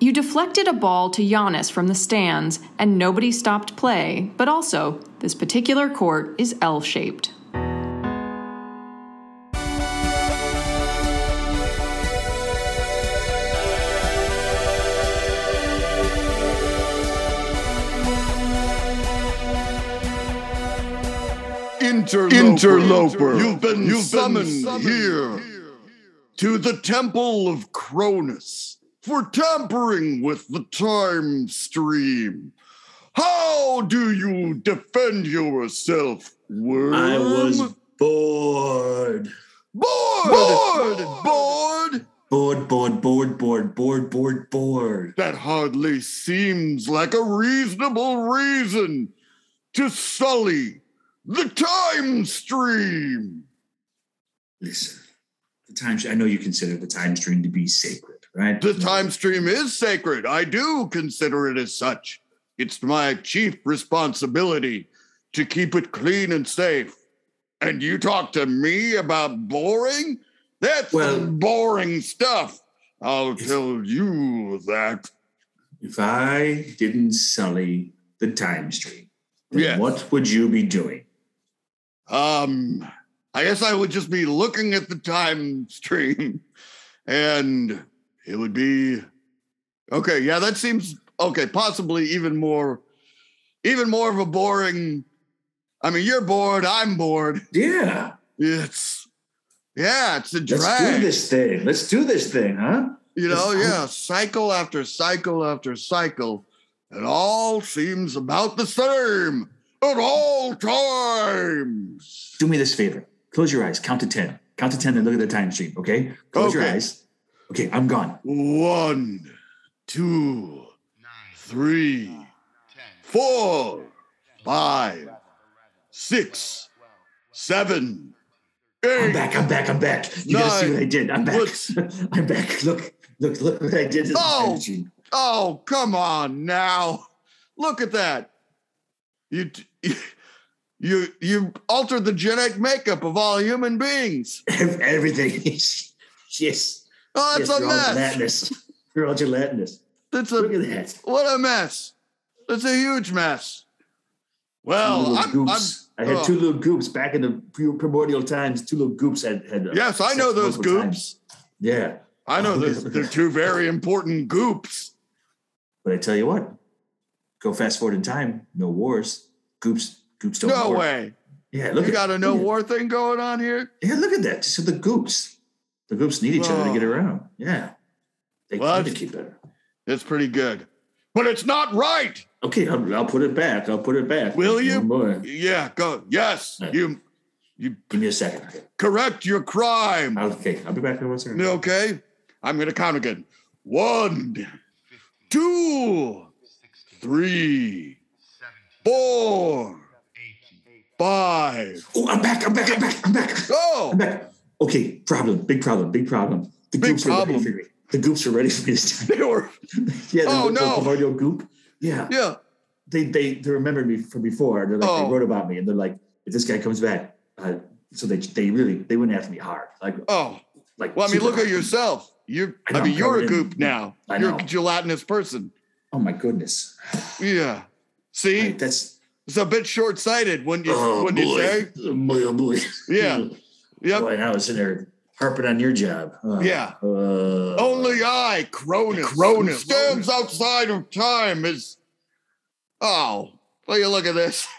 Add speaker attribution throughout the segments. Speaker 1: You deflected a ball to Giannis from the stands, and nobody stopped play, but also, this particular court is L shaped.
Speaker 2: Interloper. You've been, summoned, here, to the Temple of Cronus for tampering with the time stream. How do you defend yourself, worm?
Speaker 3: I
Speaker 2: Um.
Speaker 3: was bored.
Speaker 2: bored, bored, bored.
Speaker 3: Bored, bored, bored, bored, bored, bored, bored.
Speaker 2: That hardly seems like a reasonable reason to sully the time stream.
Speaker 3: Listen, the time I know you consider the time stream to be sacred, right?
Speaker 2: The time stream is sacred. I do consider it as such. It's my chief responsibility to keep it clean and safe. And you talk to me about boring? That's
Speaker 3: Well-
Speaker 2: some boring stuff. I'll tell you that.
Speaker 3: If I didn't sully the time stream, then
Speaker 2: Yes.
Speaker 3: what would you be doing?
Speaker 2: Um, I guess I would just be looking at the time stream and it would be okay. Yeah, that seems okay. Possibly even more, even more of a boring. I mean, you're bored. I'm bored.
Speaker 3: Yeah,
Speaker 2: It's yeah, it's a
Speaker 3: let's do
Speaker 2: drag.
Speaker 3: this thing. Let's do this thing, huh?
Speaker 2: You know,
Speaker 3: Let's-
Speaker 2: yeah, cycle after cycle after cycle. It all seems about the same at all times.
Speaker 3: Do me this favor. Close your eyes. Count to ten. Count to ten, and look at the time stream. Okay. Close your
Speaker 2: Okay.
Speaker 3: eyes. Okay, I'm gone.
Speaker 2: One, two, three, four, five, six, seven,
Speaker 3: I'm
Speaker 2: eight.
Speaker 3: back. I'm back. I'm back. You gotta see
Speaker 2: Nine.
Speaker 3: what I did. I'm back.
Speaker 2: What's-
Speaker 3: I'm back. Look, look, look what I did. to the
Speaker 2: No.
Speaker 3: time stream.
Speaker 2: Oh, come on now. Look at that. You, you, you altered the genetic makeup of all human beings.
Speaker 3: Ev- Everything. yes. Yes.
Speaker 2: Oh, that's
Speaker 3: you're
Speaker 2: a
Speaker 3: all
Speaker 2: mess.
Speaker 3: gelatinous. You're all gelatinous.
Speaker 2: That's
Speaker 3: Look
Speaker 2: a
Speaker 3: at that.
Speaker 2: what a mess. That's a huge mess. Well,
Speaker 3: little
Speaker 2: Oh, I'm, I'm
Speaker 3: goops. i had
Speaker 2: oh.
Speaker 3: two little goops back in the pre- primordial times. Two little goops had. had uh,
Speaker 2: yes, I
Speaker 3: sex
Speaker 2: know those
Speaker 3: multiple
Speaker 2: goops.
Speaker 3: times. Yeah,
Speaker 2: I know those they're two very important goops.
Speaker 3: but I tell you what, go fast forward in time. No wars. Goops. Goops don't.
Speaker 2: no
Speaker 3: war.
Speaker 2: way.
Speaker 3: Yeah, look
Speaker 2: you
Speaker 3: at
Speaker 2: got a no
Speaker 3: look at-
Speaker 2: war thing going on here?
Speaker 3: Yeah, look at that. So the goops, the goops need each other to
Speaker 2: Oh.
Speaker 3: get around. Yeah, they
Speaker 2: Well,
Speaker 3: communicate better.
Speaker 2: It's pretty good. But it's not right.
Speaker 3: Okay, I'll, I'll put it back. I'll put it back.
Speaker 2: Will
Speaker 3: One
Speaker 2: you?
Speaker 3: more.
Speaker 2: Yeah, go. Yes,
Speaker 3: Yeah.
Speaker 2: you you
Speaker 3: Give me a second.
Speaker 2: correct your crime.
Speaker 3: Okay, I'll be back in one second.
Speaker 2: Okay? I'm gonna count again. One, two, three, four, five.
Speaker 3: Oh, I'm back. I'm back. I'm back. I'm back.
Speaker 2: Go!
Speaker 3: I'm back. Okay, problem. Big problem. Big problem. The
Speaker 2: Big
Speaker 3: goops were
Speaker 2: problem.
Speaker 3: ready for me. The goops were ready for me this time.
Speaker 2: They were
Speaker 3: yeah, the,
Speaker 2: Oh,
Speaker 3: the
Speaker 2: no.
Speaker 3: primordial goop. Yeah.
Speaker 2: yeah.
Speaker 3: They they they remembered me from before. They're like
Speaker 2: Oh.
Speaker 3: they wrote about me and they're like, if this guy comes back, uh, so they they really they went after me hard. Like
Speaker 2: Oh.
Speaker 3: like
Speaker 2: Well, I mean,
Speaker 3: super
Speaker 2: look at
Speaker 3: hard.
Speaker 2: yourself. You're
Speaker 3: I
Speaker 2: I,
Speaker 3: know,
Speaker 2: mean,
Speaker 3: I'm
Speaker 2: you're a
Speaker 3: covered in-
Speaker 2: goop now.
Speaker 3: I
Speaker 2: You're
Speaker 3: know.
Speaker 2: a gelatinous person.
Speaker 3: Oh my goodness.
Speaker 2: Yeah. See,
Speaker 3: Like, that's
Speaker 2: it's a bit short-sighted, wouldn't you?
Speaker 3: oh
Speaker 2: wouldn't you
Speaker 3: boy.
Speaker 2: say?
Speaker 3: Oh, boy, oh boy.
Speaker 2: Yeah. Yep.
Speaker 3: Boy, and I was in there harping on your job. Uh,
Speaker 2: Yeah.
Speaker 3: Uh,
Speaker 2: Only I, Cronus,
Speaker 3: Cronus.
Speaker 2: who stands outside of time, is. Oh, will you look at this?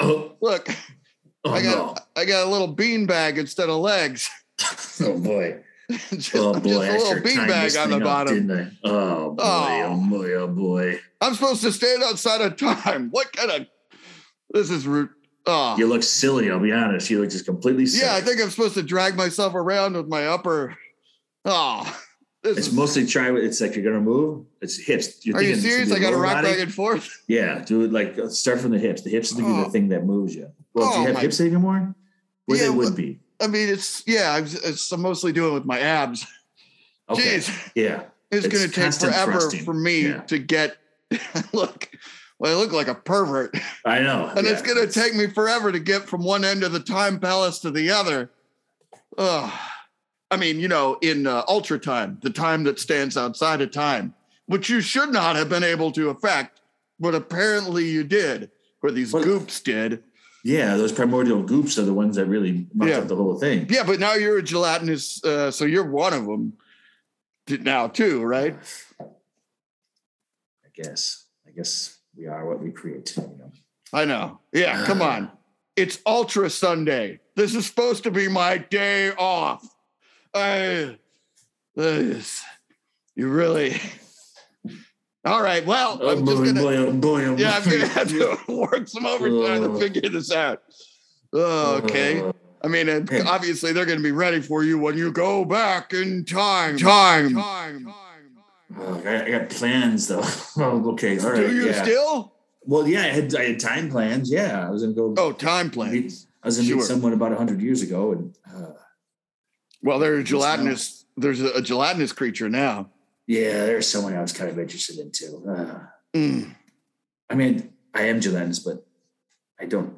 Speaker 3: Oh,
Speaker 2: Look,
Speaker 3: oh,
Speaker 2: I got
Speaker 3: no.
Speaker 2: I got a little beanbag instead of legs.
Speaker 3: oh boy.
Speaker 2: just,
Speaker 3: oh
Speaker 2: I'm
Speaker 3: boy,
Speaker 2: just
Speaker 3: I
Speaker 2: a little
Speaker 3: sure timed this
Speaker 2: beanbag on the
Speaker 3: thing up,
Speaker 2: bottom.
Speaker 3: didn't I? Oh boy,
Speaker 2: Oh.
Speaker 3: oh. boy, oh boy.
Speaker 2: I'm supposed to stand outside of time. What kind of? This is root. Oh.
Speaker 3: You look silly, I'll be honest. You look just completely silly.
Speaker 2: Yeah, I think I'm supposed to drag myself around with my upper. Oh, this
Speaker 3: it's
Speaker 2: is,
Speaker 3: mostly try it's like you're gonna move. It's hips. You're
Speaker 2: are you
Speaker 3: thinking it's
Speaker 2: serious?
Speaker 3: gonna
Speaker 2: I
Speaker 3: be
Speaker 2: got to
Speaker 3: lower
Speaker 2: rock
Speaker 3: body.
Speaker 2: back and forth.
Speaker 3: Yeah, do it like start from the hips. The hips is gonna be
Speaker 2: Oh.
Speaker 3: the thing that moves you. Well, do
Speaker 2: Oh,
Speaker 3: you have
Speaker 2: my-
Speaker 3: hips anymore? Well,
Speaker 2: Yeah,
Speaker 3: they would
Speaker 2: well-
Speaker 3: be.
Speaker 2: I mean, it's yeah, I'm, it's, I'm mostly doing it with my abs.
Speaker 3: Okay.
Speaker 2: Jeez,
Speaker 3: Yeah.
Speaker 2: it's,
Speaker 3: It's
Speaker 2: going to take
Speaker 3: constant
Speaker 2: forever
Speaker 3: thrusting.
Speaker 2: for me
Speaker 3: Yeah.
Speaker 2: to get. look, well, I look like a pervert,
Speaker 3: I know.
Speaker 2: and it's
Speaker 3: Yeah.
Speaker 2: going to take me forever to get from one end of the time palace to the other. Ugh. I mean, you know, in uh, ultra time, the time that stands outside of time, which you should not have been able to affect, but apparently you did, or these
Speaker 3: Well-
Speaker 2: goops did.
Speaker 3: Yeah, those primordial goops are the ones that really muck
Speaker 2: Yeah.
Speaker 3: up the whole thing.
Speaker 2: Yeah, but now you're a gelatinous, uh, so you're one of them now too, right?
Speaker 3: I guess. I guess we are what we create. You know?
Speaker 2: I know. Yeah, come on. It's Ultra Sunday. This is supposed to be my day off. I, this, you really. All right. Well,
Speaker 3: Oh,
Speaker 2: I'm just gonna. Yeah, I'm gonna have to work some overtime to
Speaker 3: Uh.
Speaker 2: figure this out. Oh, Okay. I mean, and
Speaker 3: Oh. Yeah.
Speaker 2: obviously they're going to be ready for you when you go back in time. Time. Time.
Speaker 3: Oh, I, I got plans though. oh, okay, all right.
Speaker 2: Do you
Speaker 3: yeah.
Speaker 2: still?
Speaker 3: well, yeah, I had I had time plans. Yeah, I was gonna go.
Speaker 2: Oh, time plans.
Speaker 3: meet- I was gonna
Speaker 2: Sure.
Speaker 3: meet someone about hundred years ago, and uh,
Speaker 2: Well, there's gelatinous. There's a, a gelatinous creature now.
Speaker 3: yeah, there's someone I was kind of interested in too. Uh,
Speaker 2: Mm.
Speaker 3: I mean, I am Jolens, but I don't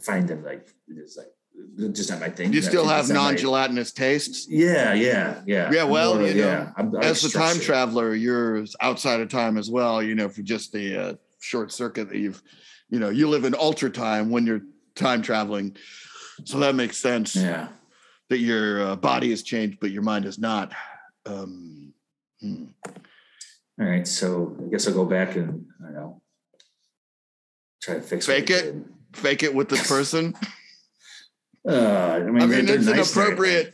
Speaker 3: find them like it's like it's just not my thing.
Speaker 2: You
Speaker 3: I
Speaker 2: still
Speaker 3: think
Speaker 2: have
Speaker 3: it's not my-
Speaker 2: non-gelatinous tastes.
Speaker 3: Yeah, yeah, yeah.
Speaker 2: Yeah,
Speaker 3: I'm
Speaker 2: well,
Speaker 3: more of-
Speaker 2: you know,
Speaker 3: I'm, I
Speaker 2: As the
Speaker 3: like
Speaker 2: time
Speaker 3: structure.
Speaker 2: traveler, you're outside of time as well. You know, for just the uh, short circuit that you've, you know, you live in ultra time when you're time traveling, so that makes sense.
Speaker 3: Yeah.
Speaker 2: that your uh, body has changed, but your mind has not. Um, hmm.
Speaker 3: All right, so I guess I'll go back and I don't know. Try to fix what
Speaker 2: Fake
Speaker 3: I
Speaker 2: it?
Speaker 3: did.
Speaker 2: Fake it with the person.
Speaker 3: Uh, I mean,
Speaker 2: I mean,
Speaker 3: they're
Speaker 2: it's
Speaker 3: nice
Speaker 2: an
Speaker 3: there.
Speaker 2: appropriate,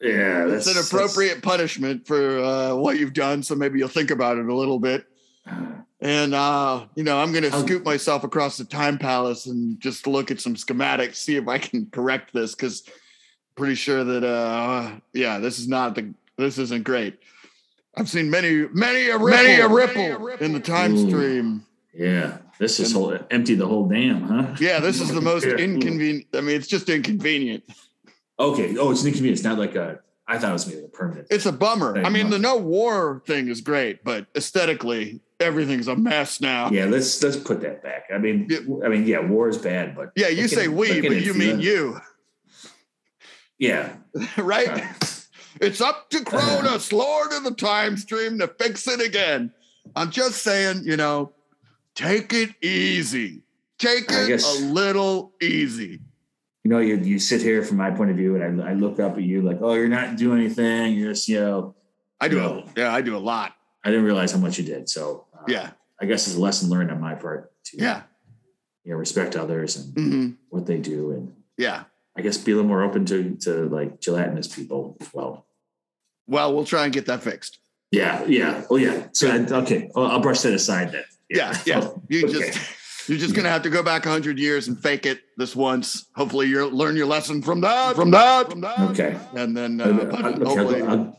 Speaker 3: Yeah,
Speaker 2: it's
Speaker 3: that's
Speaker 2: an
Speaker 3: that's-
Speaker 2: appropriate punishment for uh, what you've done. So maybe you'll think about it a little bit.
Speaker 3: uh,
Speaker 2: And uh, you know, I'm going to
Speaker 3: I'll-
Speaker 2: scoop myself across the time palace and just look at some schematics, see if I can correct this because pretty sure that uh, yeah, this is not the this isn't great. I've seen many many a ripple, many a ripple, in the time
Speaker 3: Ooh.
Speaker 2: stream.
Speaker 3: yeah, this is
Speaker 2: And-
Speaker 3: whole empty the whole dam, huh?
Speaker 2: Yeah, this is the most
Speaker 3: Yeah.
Speaker 2: inconvenient. I mean, it's just inconvenient.
Speaker 3: Okay. Oh, it's an inconvenience. Not like a. I thought it was maybe like a permanent.
Speaker 2: It's a bummer.
Speaker 3: Thank
Speaker 2: I mean,
Speaker 3: you.
Speaker 2: the no war thing is great, but aesthetically, everything's a mess now. Yeah,
Speaker 3: yeah, let's let's put that back. I mean,
Speaker 2: Yeah.
Speaker 3: I mean, yeah, war is bad, but
Speaker 2: you
Speaker 3: Look at
Speaker 2: say
Speaker 3: it-
Speaker 2: we,
Speaker 3: look at
Speaker 2: but
Speaker 3: it,
Speaker 2: you mean
Speaker 3: Steven.
Speaker 2: you,
Speaker 3: yeah,
Speaker 2: right?
Speaker 3: uh,
Speaker 2: It's up to Cronus, Lord of the Time Stream, to fix it again. I'm just saying, you know, take it easy. Take
Speaker 3: I
Speaker 2: it
Speaker 3: guess-
Speaker 2: a little easy.
Speaker 3: you know, you you sit here from my point of view, and I, I look up at you like, oh, you're not doing anything. You're just, you know,
Speaker 2: I do.
Speaker 3: No.
Speaker 2: A, yeah, I do a lot.
Speaker 3: I didn't realize how much you did. So uh,
Speaker 2: Yeah,
Speaker 3: I guess it's a lesson learned on my part to
Speaker 2: yeah,
Speaker 3: you know, respect others and
Speaker 2: hmm
Speaker 3: what they do, and
Speaker 2: yeah.
Speaker 3: I guess be a little more open to to like gelatinous people as well.
Speaker 2: Well, we'll try and get that fixed.
Speaker 3: Yeah, yeah. Oh, yeah. So, I, okay. I'll, I'll brush that aside then.
Speaker 2: Yeah, yeah. You
Speaker 3: Oh, Okay.
Speaker 2: just you're just gonna have to go back hundred years and fake it this once. Hopefully, you will learn your lesson from that. From that. From that.
Speaker 3: Okay.
Speaker 2: And then,
Speaker 3: Uh,
Speaker 2: uh, but
Speaker 3: okay, I'll,
Speaker 2: hopefully,
Speaker 3: go, I'll,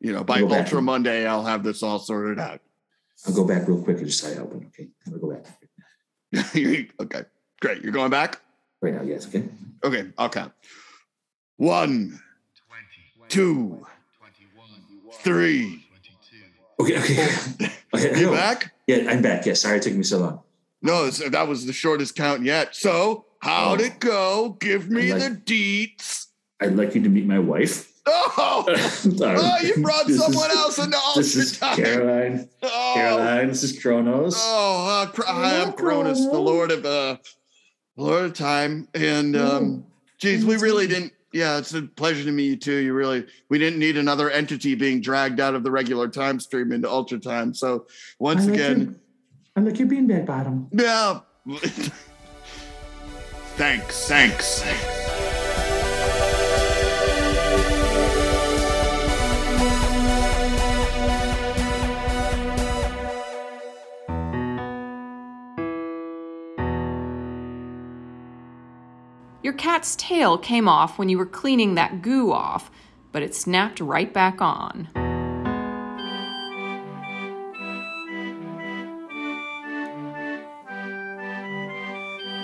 Speaker 2: you know, by
Speaker 3: I'll go back.
Speaker 2: Ultra Monday, I'll have this all sorted out.
Speaker 3: I'll go back real quick and just say open. Okay. I'm going to go back
Speaker 2: okay, great. You're going back.
Speaker 3: right now. Yes. Okay.
Speaker 2: Okay, I'll count. One, two, three.
Speaker 3: Okay. Okay. okay
Speaker 2: You
Speaker 3: no.
Speaker 2: back?
Speaker 3: Yeah, I'm back. Yeah. Sorry it took me so long.
Speaker 2: No, it's- that was the shortest count yet. So,
Speaker 3: Oh.
Speaker 2: how'd it go? Give me
Speaker 3: I'd
Speaker 2: the deets.
Speaker 3: I'd like you to meet my wife.
Speaker 2: Oh, oh you brought
Speaker 3: This is-
Speaker 2: someone else into
Speaker 3: This is
Speaker 2: Ultra time.
Speaker 3: Caroline.
Speaker 2: Oh,
Speaker 3: Caroline, this is Kronos.
Speaker 2: Oh, uh, Cro- I am
Speaker 3: Hello,
Speaker 2: Cronus, the
Speaker 3: Cronus.
Speaker 2: Lord of uh, Lord of Time, and
Speaker 3: Oh,
Speaker 2: um, geez, we really didn't. Yeah, it's a pleasure to meet you too. You really, we didn't need another entity being dragged out of the regular time stream into ultra time. So once again,
Speaker 3: I like your beanbag bottom.
Speaker 2: yeah. thanks, thanks, thanks.
Speaker 1: Your cat's tail came off when you were cleaning that goo off, but it snapped right back on.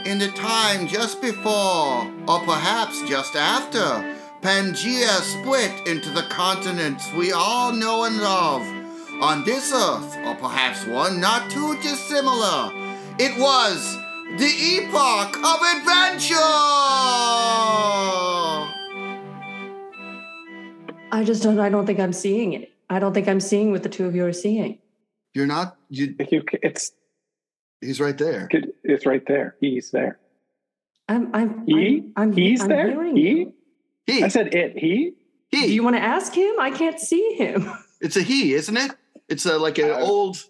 Speaker 4: In the time just before, or perhaps just after, Pangea split into the continents we all know and love. On this earth, or perhaps one not too dissimilar, it was the Epoch of Adventure!
Speaker 5: I just don't. I don't think I'm seeing it. I don't think I'm seeing what the two of you are seeing.
Speaker 2: You're not. You,
Speaker 5: If you, c- it's
Speaker 2: he's right there.
Speaker 5: good. It's right there. He's there.
Speaker 6: I'm, I'm,
Speaker 5: He.
Speaker 6: I'm, I'm,
Speaker 5: he's
Speaker 6: I'm
Speaker 5: there.
Speaker 6: hearing
Speaker 5: He.
Speaker 6: you.
Speaker 2: He.
Speaker 5: I said it. He.
Speaker 2: he.
Speaker 6: Do you want to ask him? I can't see him.
Speaker 2: It's a he, isn't it? It's a, like an
Speaker 5: Uh,
Speaker 2: old,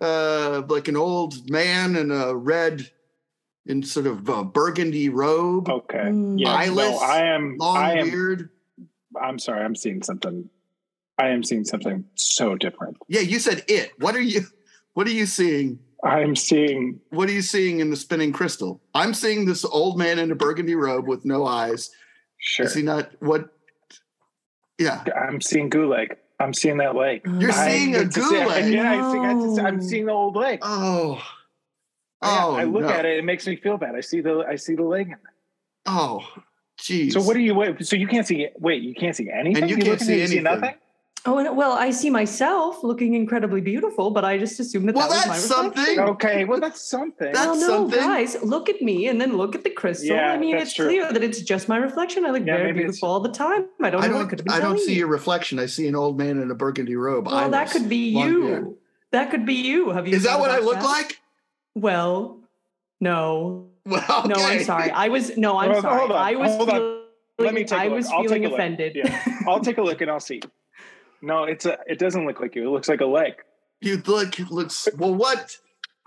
Speaker 2: uh, like an old man in a red, in sort of a burgundy robe,
Speaker 5: Okay.
Speaker 6: Mm.
Speaker 5: Yeah.
Speaker 2: Eyeless,
Speaker 5: no, I am.
Speaker 2: long
Speaker 5: Oh, I am.
Speaker 2: beard.
Speaker 5: I'm sorry. I'm seeing something. I am seeing something so different.
Speaker 2: Yeah, you said it. What are you? What are you seeing?
Speaker 5: I'm seeing.
Speaker 2: What are you seeing in the spinning crystal? I'm seeing this old man in a burgundy robe with no eyes.
Speaker 5: Sure.
Speaker 2: Is he not? What? Yeah,
Speaker 5: I'm seeing Gulag. I'm seeing that lake.
Speaker 2: you're
Speaker 6: I-
Speaker 2: seeing a
Speaker 5: it's the same-
Speaker 2: gulag.
Speaker 5: Yeah, I think I just, I'm
Speaker 6: Oh. No.
Speaker 5: seeing the old lake.
Speaker 2: Oh,
Speaker 5: Yeah,
Speaker 2: oh,
Speaker 5: I look
Speaker 2: no.
Speaker 5: at it. It makes me feel bad. I see the I see the leg. in there.
Speaker 2: Oh, geez.
Speaker 5: So what do you wait? So you can't see it. Wait, you can't see anything.
Speaker 2: you can't
Speaker 5: look
Speaker 2: see
Speaker 5: in there, you
Speaker 2: anything.
Speaker 5: nothing.
Speaker 6: Oh, and, well, I see myself looking incredibly beautiful, but I just assumed that
Speaker 2: Well,
Speaker 6: that was
Speaker 2: that's
Speaker 6: my reflection.
Speaker 2: something.
Speaker 5: Okay, well that's something.
Speaker 2: That's
Speaker 6: well, Oh, no,
Speaker 2: something.
Speaker 6: guys, look at me and then look at the crystal.
Speaker 5: Yeah,
Speaker 6: I mean,
Speaker 5: that's
Speaker 6: it's
Speaker 5: true.
Speaker 6: clear that it's just my reflection. I look
Speaker 5: Yeah,
Speaker 6: very
Speaker 5: maybe it's-
Speaker 6: beautiful all the time. I don't
Speaker 2: I
Speaker 6: know. what could
Speaker 2: don't.
Speaker 6: be
Speaker 2: I don't
Speaker 6: telling
Speaker 2: see
Speaker 6: you.
Speaker 2: your reflection. I see an old man in a burgundy robe.
Speaker 6: Well, that
Speaker 2: Eyeless.
Speaker 6: could be
Speaker 2: Long
Speaker 6: you.
Speaker 2: beard.
Speaker 6: That could be you. Have you?
Speaker 2: Is that
Speaker 6: thought
Speaker 2: what I
Speaker 6: about
Speaker 2: look
Speaker 6: that?
Speaker 2: like?
Speaker 6: Well, no,
Speaker 2: Well,
Speaker 6: no. I'm
Speaker 2: okay.
Speaker 6: sorry. I was no. I'm
Speaker 5: Well,
Speaker 6: sorry.
Speaker 5: hold on,
Speaker 6: I was.
Speaker 5: hold on.
Speaker 6: feeling,
Speaker 5: Let me take a
Speaker 6: I
Speaker 5: look.
Speaker 6: was
Speaker 5: I'll take
Speaker 6: feeling
Speaker 5: a look.
Speaker 6: offended.
Speaker 5: Yeah. I'll take a look and I'll see. No, it's a. It doesn't look like you. It looks like a leg.
Speaker 2: You look looks well. What?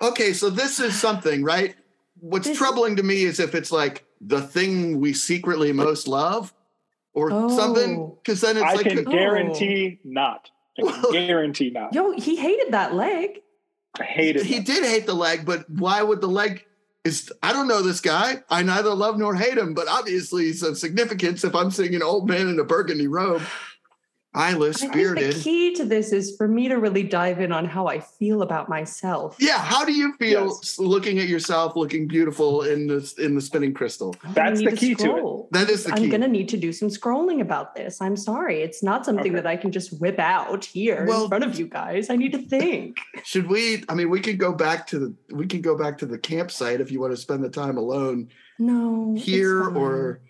Speaker 2: Okay, so this is something, right? What's
Speaker 6: This-
Speaker 2: troubling to me is if it's like the thing we secretly most love, or something,
Speaker 6: Oh.
Speaker 2: because then it's
Speaker 5: I
Speaker 2: like
Speaker 5: can
Speaker 6: a-
Speaker 5: guarantee not. I can
Speaker 2: Well-
Speaker 5: guarantee not.
Speaker 6: Yo, he hated that leg.
Speaker 5: I hate it.
Speaker 2: he did hate the leg, but why would the leg? Is I don't know this guy. I neither love nor hate him, but obviously he's of significance. If I'm seeing an old man in a burgundy robe, eyeless,
Speaker 6: I think the
Speaker 2: bearded.
Speaker 6: key to this is for me to really dive in on how I feel about myself.
Speaker 2: Yeah, how do you feel
Speaker 5: Yes.
Speaker 2: s- looking at yourself looking beautiful in the in the spinning crystal?
Speaker 6: I'm gonna
Speaker 5: That's
Speaker 6: need
Speaker 5: the key to it.
Speaker 6: scroll.
Speaker 2: That is the
Speaker 6: I'm
Speaker 2: key.
Speaker 6: going to need to do some scrolling about this. I'm sorry. It's not something
Speaker 5: Okay.
Speaker 6: that I can just whip out here
Speaker 2: Well-
Speaker 6: in front of you guys. I need to think.
Speaker 2: Should we? I mean, we could go back to the we could go back to the campsite if you want to spend the time alone
Speaker 6: No. Mm, it's
Speaker 2: here,
Speaker 6: fine.
Speaker 2: or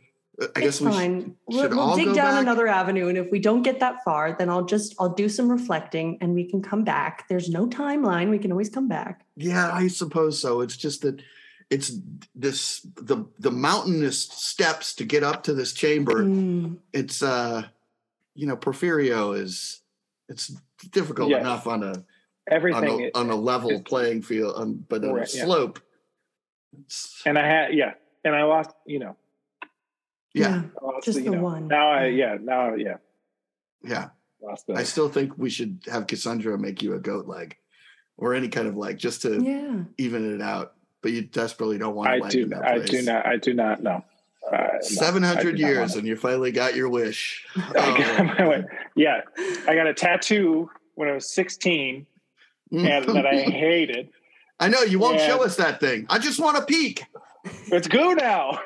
Speaker 2: uh, I
Speaker 6: It's
Speaker 2: guess we sh-
Speaker 6: fine. We'll-
Speaker 2: should
Speaker 6: we'll
Speaker 2: all
Speaker 6: dig
Speaker 2: go
Speaker 6: down
Speaker 2: back?
Speaker 6: another avenue. And if we don't get that far, then I'll just, I'll do some reflecting and we can come back. There's no timeline. We can always come back.
Speaker 2: Yeah, I suppose so. It's just that it's this the the mountainous steps to get up to this chamber.
Speaker 6: Mm,
Speaker 2: It's uh, you know, Porfirio is it's difficult
Speaker 5: Yes.
Speaker 2: enough on a on
Speaker 5: Everything.
Speaker 2: a, on a level
Speaker 5: it's-
Speaker 2: playing field, on, but on a
Speaker 5: Right, yeah.
Speaker 2: slope. It's-
Speaker 5: and I had yeah. And I lost. You know.
Speaker 2: Yeah,
Speaker 5: lost
Speaker 6: Just
Speaker 5: you
Speaker 6: the
Speaker 5: know.
Speaker 6: one.
Speaker 5: Now I yeah. Now yeah.
Speaker 2: yeah.
Speaker 5: Lost the.
Speaker 2: I still think we should have Cassandra make you a goat leg, or any kind of leg, just to
Speaker 6: Yeah.
Speaker 2: even it out. But you desperately don't want. a
Speaker 5: I
Speaker 2: leg
Speaker 5: do.
Speaker 2: in that
Speaker 5: I
Speaker 2: place.
Speaker 5: do not. I do not know. Uh, no,
Speaker 2: Seven
Speaker 5: I
Speaker 2: hundred
Speaker 5: do not want
Speaker 2: years,
Speaker 5: it.
Speaker 2: and you finally got your wish.
Speaker 5: I
Speaker 2: Oh.
Speaker 5: got my way. Yeah, I got a tattoo when I was 16 and that I hated.
Speaker 2: Mm. I know you won't
Speaker 5: Yeah.
Speaker 2: show us that thing. I just want a peek.
Speaker 5: It's goo now.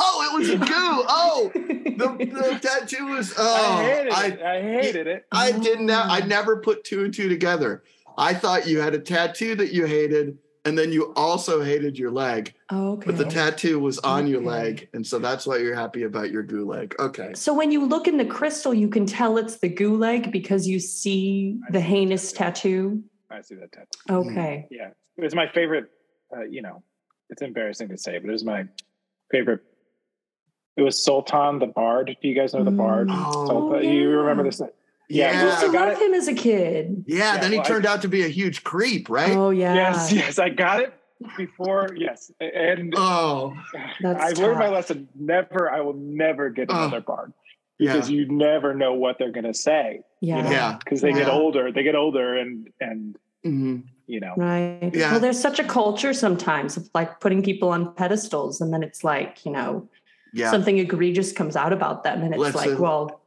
Speaker 2: Oh, it was a goo. Oh, the, the tattoo was.
Speaker 5: I
Speaker 2: Oh,
Speaker 5: hated
Speaker 2: I
Speaker 5: it. I hated it.
Speaker 2: I didn't.
Speaker 6: Oh.
Speaker 2: I never put two and two together. I thought you had a tattoo that you hated, and then you also hated your leg,
Speaker 6: okay.
Speaker 2: but the tattoo was on your
Speaker 6: Okay.
Speaker 2: leg, and so that's why you're happy about your goo leg. Okay.
Speaker 6: So when you look in the crystal, you can tell it's the gulag because you see the heinous tattoo.
Speaker 5: I see that tattoo.
Speaker 6: Okay.
Speaker 5: Yeah, it was my favorite. Uh, you know, it's embarrassing to say, but it was my favorite. It was Sultan the Bard. Do you guys know the Bard?
Speaker 6: Mm.
Speaker 5: Sultan,
Speaker 6: Oh,
Speaker 5: You
Speaker 6: yeah.
Speaker 5: remember this? Yeah,
Speaker 6: I
Speaker 5: well,
Speaker 6: used to
Speaker 5: I got
Speaker 6: love
Speaker 5: it.
Speaker 6: him as a kid.
Speaker 2: Yeah,
Speaker 5: Yeah,
Speaker 2: then he
Speaker 5: well, I-
Speaker 2: turned out to be a huge creep, right?
Speaker 6: Oh yeah.
Speaker 5: Yes, yes, I got it before. Yes, and
Speaker 2: Oh,
Speaker 6: That's
Speaker 5: I've learned my
Speaker 6: tough.
Speaker 5: lesson. Never, I will never get
Speaker 2: Oh.
Speaker 5: another bard
Speaker 2: yeah.
Speaker 5: because you never know what they're going to say.
Speaker 6: Yeah.
Speaker 5: You know,
Speaker 2: Yeah.
Speaker 5: because they get
Speaker 2: Yeah.
Speaker 5: older. They get older, and and
Speaker 2: Mhm.
Speaker 5: you know,
Speaker 6: Right.
Speaker 2: Yeah.
Speaker 6: Well, there's such a culture sometimes of like putting people on pedestals, and then it's like you know
Speaker 2: Yeah.
Speaker 6: something egregious comes out about them, and it's
Speaker 2: Let's,
Speaker 6: like,
Speaker 2: uh,
Speaker 6: well,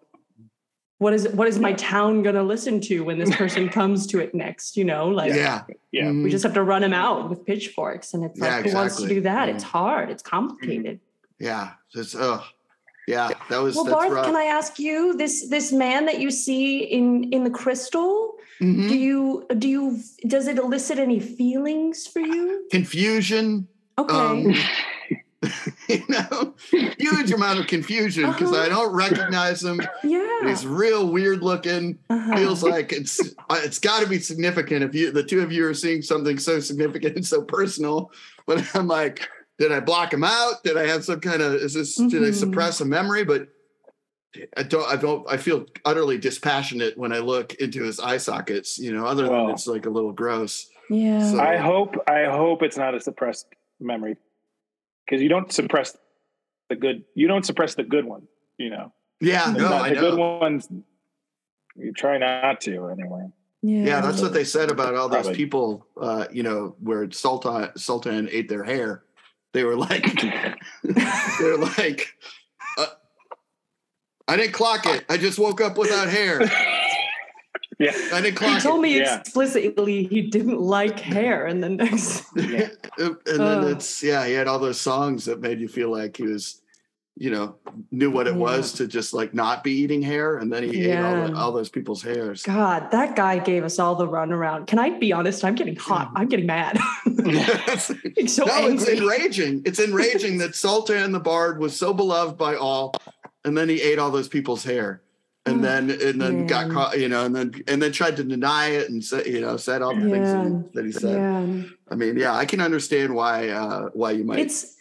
Speaker 6: what is what is my town going to listen to when this person comes to it next? You know, like
Speaker 2: yeah.
Speaker 5: Yeah.
Speaker 2: Mhm.
Speaker 6: We just have to run them out with pitchforks, and it's
Speaker 2: Yeah,
Speaker 6: like, who wants to
Speaker 2: exactly.
Speaker 6: do that?
Speaker 2: Mhm.
Speaker 6: It's hard. It's complicated.
Speaker 2: yeah. Just, ugh. Yeah. That was,
Speaker 6: Well,
Speaker 2: that's
Speaker 6: Barth,
Speaker 2: rough.
Speaker 6: can I ask you this? This man that you see in in the crystal,
Speaker 2: Mhm.
Speaker 6: do you do you does it elicit any feelings for you?
Speaker 2: Confusion.
Speaker 6: Okay,
Speaker 2: Um, you know, huge amount of confusion because
Speaker 6: Uh-huh.
Speaker 2: I don't recognize him.
Speaker 6: Yeah.
Speaker 2: He's real weird looking.
Speaker 6: Uh-huh.
Speaker 2: Feels like it's uh, it's got to be significant if you the two of you are seeing something so significant and so personal. But I'm like, did I block him out? Did I have some kind of is this? Did I
Speaker 6: Mhm.
Speaker 2: suppress a memory? But I don't. I don't. I feel utterly dispassionate when I look into his eye sockets. You know, other
Speaker 5: Well.
Speaker 2: than it's like a little gross.
Speaker 6: yeah.
Speaker 2: So-
Speaker 5: I hope I hope it's not a suppressed memory because you don't suppress the good. You don't suppress the good one. You know,
Speaker 2: Yeah,
Speaker 5: The-
Speaker 2: no,
Speaker 5: the,
Speaker 2: I know.
Speaker 5: good ones. You try not to anyway.
Speaker 6: yeah.
Speaker 2: Yeah, that's what they said about all those
Speaker 5: Probably.
Speaker 2: people. Uh, you know, where Sultan Sultan ate their hair. They were like, they were like, uh, I didn't clock it. I just woke up without hair.
Speaker 5: Yeah,
Speaker 2: I didn't
Speaker 6: He
Speaker 2: clock
Speaker 6: told me
Speaker 5: Yeah.
Speaker 6: explicitly he didn't like hair, and then next.
Speaker 5: yeah.
Speaker 2: it. and then
Speaker 6: Ugh.
Speaker 2: it's yeah, he had all those songs that made you feel like he was, you know, knew what it
Speaker 6: Yeah.
Speaker 2: was to just like not be eating hair, and then he ate all, the,
Speaker 6: Yeah.
Speaker 2: all those people's hairs.
Speaker 6: God, that guy gave us all the runaround. Can I be honest? I'm getting hot. I'm getting mad.
Speaker 2: That's-
Speaker 6: I'm so
Speaker 2: Mm. no, it's
Speaker 6: angry.
Speaker 2: enraging. It's enraging that Sultan the Bard was so beloved by all, and then he ate all those people's hair,
Speaker 6: Mm,
Speaker 2: and then and then got
Speaker 6: Man.
Speaker 2: caught, you know, and then and then tried to deny it and said, you know, said all the
Speaker 6: Yeah.
Speaker 2: things that he, that he said.
Speaker 6: Yeah,
Speaker 2: I mean, yeah, I can understand why uh, why you might
Speaker 6: it's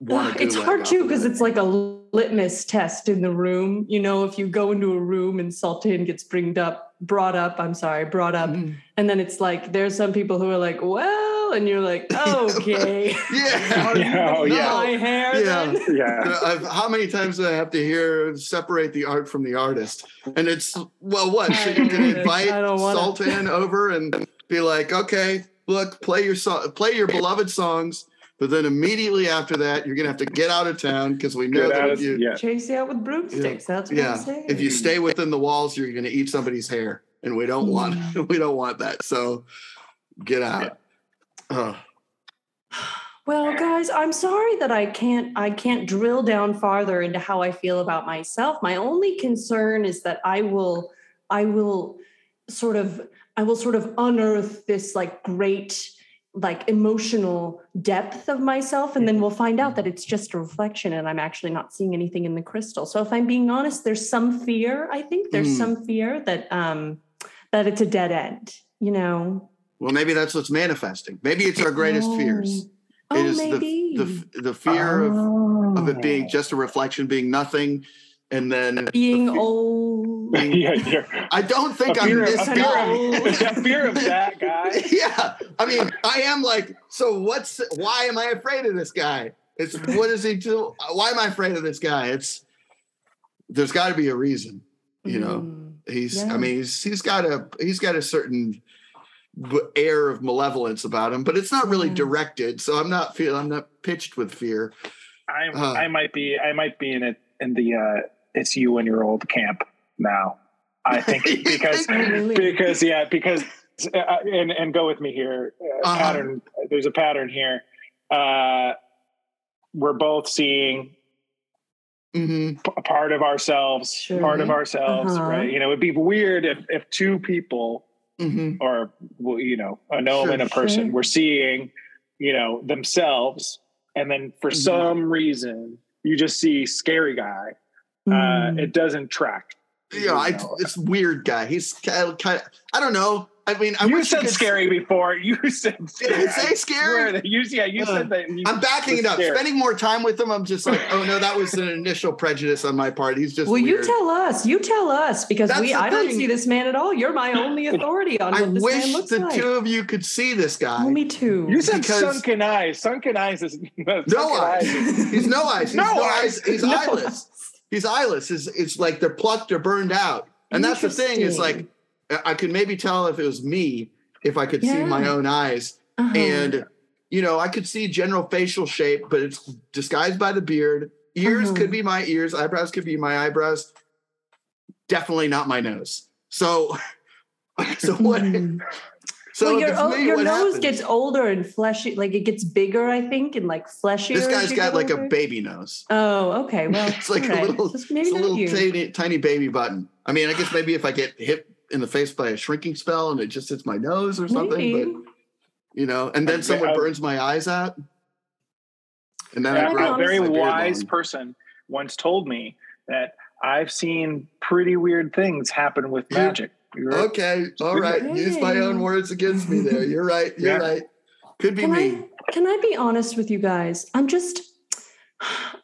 Speaker 2: want to.
Speaker 6: it's hard too because it's like a litmus test in the room. You know, if you go into a room and Sultan gets bringed up, brought up. I'm sorry, brought up,
Speaker 2: Mm-hmm.
Speaker 6: and then it's like there's some people who are like, well, and you're like, okay,
Speaker 2: yeah.
Speaker 6: are you
Speaker 5: Yeah, oh,
Speaker 6: gonna
Speaker 5: yeah.
Speaker 6: my hair
Speaker 2: Yeah.
Speaker 6: then?
Speaker 5: yeah.
Speaker 2: I've, how many times do I have to hear separate the art from the artist? And it's well, what so you can invite
Speaker 6: I don't wanna-
Speaker 2: Sultan over and be like, okay, look, play your song, play your beloved songs, but then immediately after that, you're gonna have to get out of town because we know
Speaker 5: Get
Speaker 2: that
Speaker 5: out
Speaker 2: if
Speaker 5: of-
Speaker 2: you,
Speaker 5: yeah.
Speaker 6: Chase you out with broomsticks. That's what I'm
Speaker 2: yeah,
Speaker 6: saying.
Speaker 2: if you stay within the walls, you're gonna eat somebody's hair, and we don't want we don't want that. So get out. Ugh.
Speaker 6: Well, guys, I'm sorry that I can't I can't drill down farther into how I feel about myself. My only concern is that I will I will sort of I will sort of unearth this like great like emotional depth of myself and then we'll find out that it's just a reflection and I'm actually not seeing anything in the crystal. So if I'm being honest, there's some fear, I think there's
Speaker 2: Mm.
Speaker 6: some fear that um that it's a dead end, you know.
Speaker 2: Well, maybe that's what's manifesting. Maybe it's our greatest fears.
Speaker 6: Oh,
Speaker 2: it is the-
Speaker 6: maybe.
Speaker 2: the f- the fear of of it
Speaker 6: Oh.
Speaker 2: being just a reflection, being nothing, and then
Speaker 6: being
Speaker 2: the fe-
Speaker 6: old.
Speaker 5: yeah, yeah.
Speaker 2: I don't think
Speaker 5: A
Speaker 2: I'm
Speaker 5: fear of-
Speaker 2: this
Speaker 5: a
Speaker 2: guy.
Speaker 5: fear of, fear of that guy.
Speaker 2: yeah, I mean, I am like. So what's? Why am I afraid of this guy? It's what does he do? Why am I afraid of this guy? It's there's got to be a reason, you know.
Speaker 6: Mm.
Speaker 2: He's.
Speaker 6: yeah.
Speaker 2: I mean, he's he's got a he's got a certain b- air of malevolence about him, but it's not really
Speaker 6: Yeah.
Speaker 2: directed. So I'm not feel I'm not pitched with fear.
Speaker 5: I
Speaker 2: Huh.
Speaker 5: I might be I might be in it in the uh, it's you and your old camp now. I think because
Speaker 6: Oh, really?
Speaker 5: because yeah because uh, and and go with me here uh,
Speaker 2: Uh-huh.
Speaker 5: pattern. There's a pattern here. Uh, we're both seeing
Speaker 2: hmm
Speaker 5: p- a part of ourselves,
Speaker 6: Sure.
Speaker 5: part of ourselves,
Speaker 6: Uh-huh.
Speaker 5: right? You know, it'd be weird if if two people
Speaker 2: hmm
Speaker 5: or well, you know a gnome
Speaker 2: Sure,
Speaker 5: and a person
Speaker 6: sure.
Speaker 5: were seeing you know themselves and then for
Speaker 6: Mm-hmm.
Speaker 5: some reason you just see scary guy
Speaker 6: Mm.
Speaker 5: uh it doesn't track
Speaker 2: Yeah, I,
Speaker 5: know.
Speaker 2: it's weird guy. He's kind of, kind of, I don't know. I mean, I
Speaker 5: you
Speaker 2: wish you
Speaker 5: said
Speaker 2: could-
Speaker 5: scary before you said
Speaker 2: Did
Speaker 5: scary.
Speaker 2: it say scary?
Speaker 5: Swear that you yeah you
Speaker 2: Uh,
Speaker 5: said that you,
Speaker 2: I'm backing
Speaker 5: It
Speaker 2: it
Speaker 5: was
Speaker 2: up.
Speaker 5: scary.
Speaker 2: Spending more time with him, I'm just like, oh no, that was an initial prejudice on my part. He's just
Speaker 6: well,
Speaker 2: weird.
Speaker 6: you tell us. You tell us because
Speaker 2: That's
Speaker 6: we.
Speaker 2: the
Speaker 6: I don't
Speaker 2: thing.
Speaker 6: see this man at all. You're my only authority on
Speaker 2: I
Speaker 6: what this man
Speaker 2: wish
Speaker 6: looks
Speaker 2: the
Speaker 6: like.
Speaker 2: two of you could see this guy.
Speaker 6: well, me too.
Speaker 5: you said
Speaker 2: because-
Speaker 5: sunken eyes sunken eyes is no
Speaker 2: no eyes. He's no eyes. He's
Speaker 5: No
Speaker 2: no,
Speaker 5: eyes.
Speaker 2: eyes. He's
Speaker 6: No.
Speaker 2: eyeless. He's eyeless. It's, it's like they're plucked or burned out. And that's the thing. Is like
Speaker 6: Interesting.
Speaker 2: I I could maybe tell if it was me if I could see
Speaker 6: Yeah.
Speaker 2: my own eyes.
Speaker 6: Uh-huh.
Speaker 2: and you know i could see general facial shape but it's disguised by the beard ears
Speaker 6: Uh-huh.
Speaker 2: could be my ears eyebrows could be my eyebrows definitely not my nose so so what
Speaker 6: Mhm.
Speaker 2: so
Speaker 6: well,
Speaker 2: if
Speaker 6: your,
Speaker 2: it's
Speaker 6: oh,
Speaker 2: me,
Speaker 6: your
Speaker 2: what
Speaker 6: nose
Speaker 2: happens?
Speaker 6: gets older and fleshy. Like it gets bigger, I think, and like fleshier.
Speaker 2: this
Speaker 6: as
Speaker 2: guy's
Speaker 6: you
Speaker 2: got
Speaker 6: get
Speaker 2: like a
Speaker 6: older.
Speaker 2: baby nose
Speaker 6: Oh, okay. Well,
Speaker 2: It's like a
Speaker 6: alright.
Speaker 2: little-
Speaker 6: Just maybe
Speaker 2: it's a
Speaker 6: not
Speaker 2: little
Speaker 6: you.
Speaker 2: tiny, tiny baby button i mean i guess maybe if i get hit in the face by a shrinking spell and it just hits my nose or something
Speaker 6: Maybe.
Speaker 2: but you know and then
Speaker 5: I've-
Speaker 2: someone
Speaker 5: I've-
Speaker 2: burns my eyes out And then
Speaker 5: uh, Yeah,
Speaker 2: I
Speaker 6: I'll be
Speaker 2: grow
Speaker 5: a
Speaker 6: honest.
Speaker 5: very
Speaker 2: my beard
Speaker 5: wise
Speaker 2: long.
Speaker 5: person once told me that I've seen pretty weird things happen with
Speaker 2: Yeah.
Speaker 5: magic. You're-
Speaker 2: Okay, all right. Use my own words against me there. You're right. You're
Speaker 5: Yeah.
Speaker 2: right. Could be
Speaker 6: Can
Speaker 2: me.
Speaker 6: I can I be honest with you guys? I'm just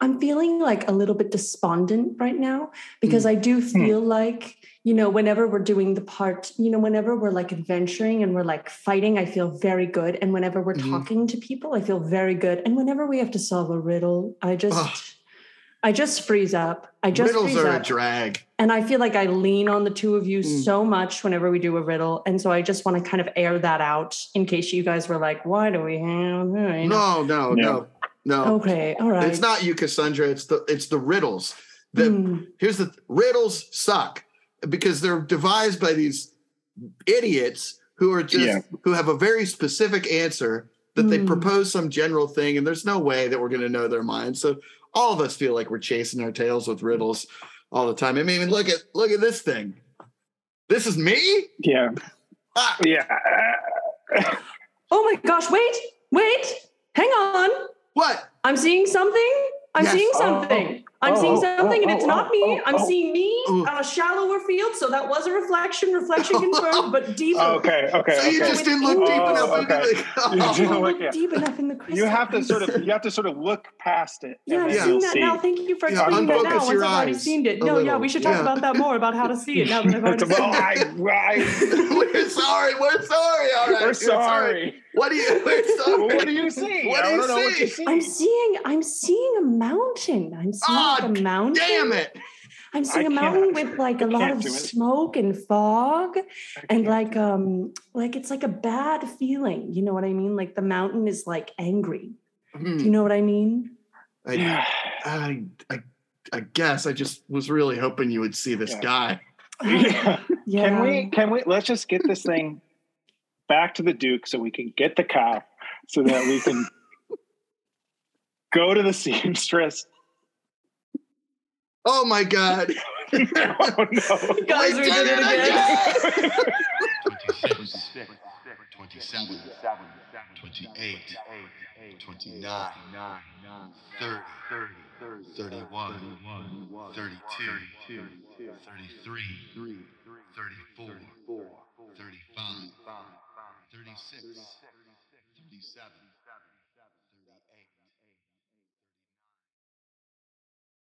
Speaker 6: I'm feeling like a little bit despondent right now
Speaker 2: Hmm.
Speaker 6: because I do feel like you know whenever we're doing the part, you know whenever we're like adventuring and we're like fighting, I feel very good and whenever we're
Speaker 2: Mhm.
Speaker 6: talking to people, I feel very good and whenever we have to solve a riddle, I just
Speaker 2: Ugh.
Speaker 6: I just freeze up. I just
Speaker 2: Riddles
Speaker 6: freeze
Speaker 2: are a
Speaker 6: up.
Speaker 2: drag.
Speaker 6: And I feel like I lean on the two of you
Speaker 2: Mm.
Speaker 6: so much whenever we do a riddle. And so I just want to kind of air that out in case you guys were like, why do we have you know?
Speaker 2: No, no, no,
Speaker 5: No.
Speaker 2: no.
Speaker 6: Okay, all right.
Speaker 2: It's not you, Cassandra. It's the it's the riddles. The
Speaker 6: Mm,
Speaker 2: here's the th- riddles suck because they're devised by these idiots who are just
Speaker 5: Yeah.
Speaker 2: who have a very specific answer that they
Speaker 6: Mm.
Speaker 2: propose some general thing and there's no way that we're going to know their mind so all of us feel like we're chasing our tails with riddles all the time i mean look at look at this thing this is me
Speaker 5: Yeah.
Speaker 2: Ah,
Speaker 5: Yeah.
Speaker 6: Oh my gosh, wait, wait, hang on.
Speaker 2: what
Speaker 6: I'm seeing something. I'm
Speaker 2: Yes.
Speaker 6: seeing
Speaker 5: Oh,
Speaker 6: something. I'm
Speaker 5: oh,
Speaker 6: seeing
Speaker 5: oh,
Speaker 6: something, and
Speaker 5: oh,
Speaker 6: it's
Speaker 5: oh,
Speaker 6: not me.
Speaker 5: oh,
Speaker 6: I'm
Speaker 5: oh.
Speaker 6: seeing me
Speaker 2: Ooh.
Speaker 6: on a shallower field. So that was a reflection, reflection confirmed, but deeper.
Speaker 5: okay. Okay.
Speaker 2: so you
Speaker 5: okay.
Speaker 2: just didn't look deep
Speaker 5: Oh,
Speaker 2: enough
Speaker 5: okay.
Speaker 2: into
Speaker 5: You
Speaker 2: the, Oh,
Speaker 5: didn't look
Speaker 6: Look
Speaker 5: at-
Speaker 6: deep enough in the crystal.
Speaker 5: You have to sort
Speaker 6: crystal.
Speaker 5: of you have to sort of look past it.
Speaker 6: Yeah, I'm
Speaker 5: and then
Speaker 6: seeing
Speaker 5: you'll
Speaker 6: that
Speaker 5: see.
Speaker 6: now. Thank you for
Speaker 2: Yeah,
Speaker 6: explaining that
Speaker 2: unfocus
Speaker 6: now. Once
Speaker 2: your
Speaker 6: I've already
Speaker 2: eyes
Speaker 6: seen it.
Speaker 2: a
Speaker 6: No, yeah,
Speaker 2: little.
Speaker 6: we should talk
Speaker 2: Yeah.
Speaker 6: about that more about how to see it now that I've already
Speaker 5: well,
Speaker 6: seen it.
Speaker 5: I, I,
Speaker 2: we're sorry we're sorry all right
Speaker 5: we're
Speaker 2: we're
Speaker 5: sorry.
Speaker 2: what do you we're
Speaker 5: Well,
Speaker 2: sorry
Speaker 5: What do you see?
Speaker 2: What do
Speaker 5: I
Speaker 2: you
Speaker 5: don't know what you see.
Speaker 6: I'm seeing I'm seeing a mountain. I'm seeing
Speaker 2: Ah,
Speaker 6: a mountain.
Speaker 2: damn it
Speaker 6: I'm seeing a
Speaker 5: can't-
Speaker 6: mountain with like a
Speaker 5: I
Speaker 6: lot
Speaker 5: can't
Speaker 6: of
Speaker 5: do it.
Speaker 6: smoke and fog
Speaker 5: I
Speaker 6: and
Speaker 5: can't-
Speaker 6: like um like it's like a bad feeling. You know what I mean? Like the mountain is like angry. Do
Speaker 2: Hmm.
Speaker 6: you know what I mean?
Speaker 2: I,
Speaker 5: yeah.
Speaker 2: I, I, I guess I just was really hoping you would see this
Speaker 5: Yeah.
Speaker 2: guy.
Speaker 5: yeah.
Speaker 6: Yeah.
Speaker 5: Can we? Can we? Let's just get this thing back to the Duke so we can get the cow, so that we can go to the seamstress.
Speaker 2: Oh my god!
Speaker 5: no, no.
Speaker 6: You guys
Speaker 2: We
Speaker 6: are
Speaker 2: did it
Speaker 6: doing it
Speaker 2: again!
Speaker 6: again.
Speaker 7: 26, 27, 28, 29, 30, 31, 32, 33, 34, 35, 36, 37.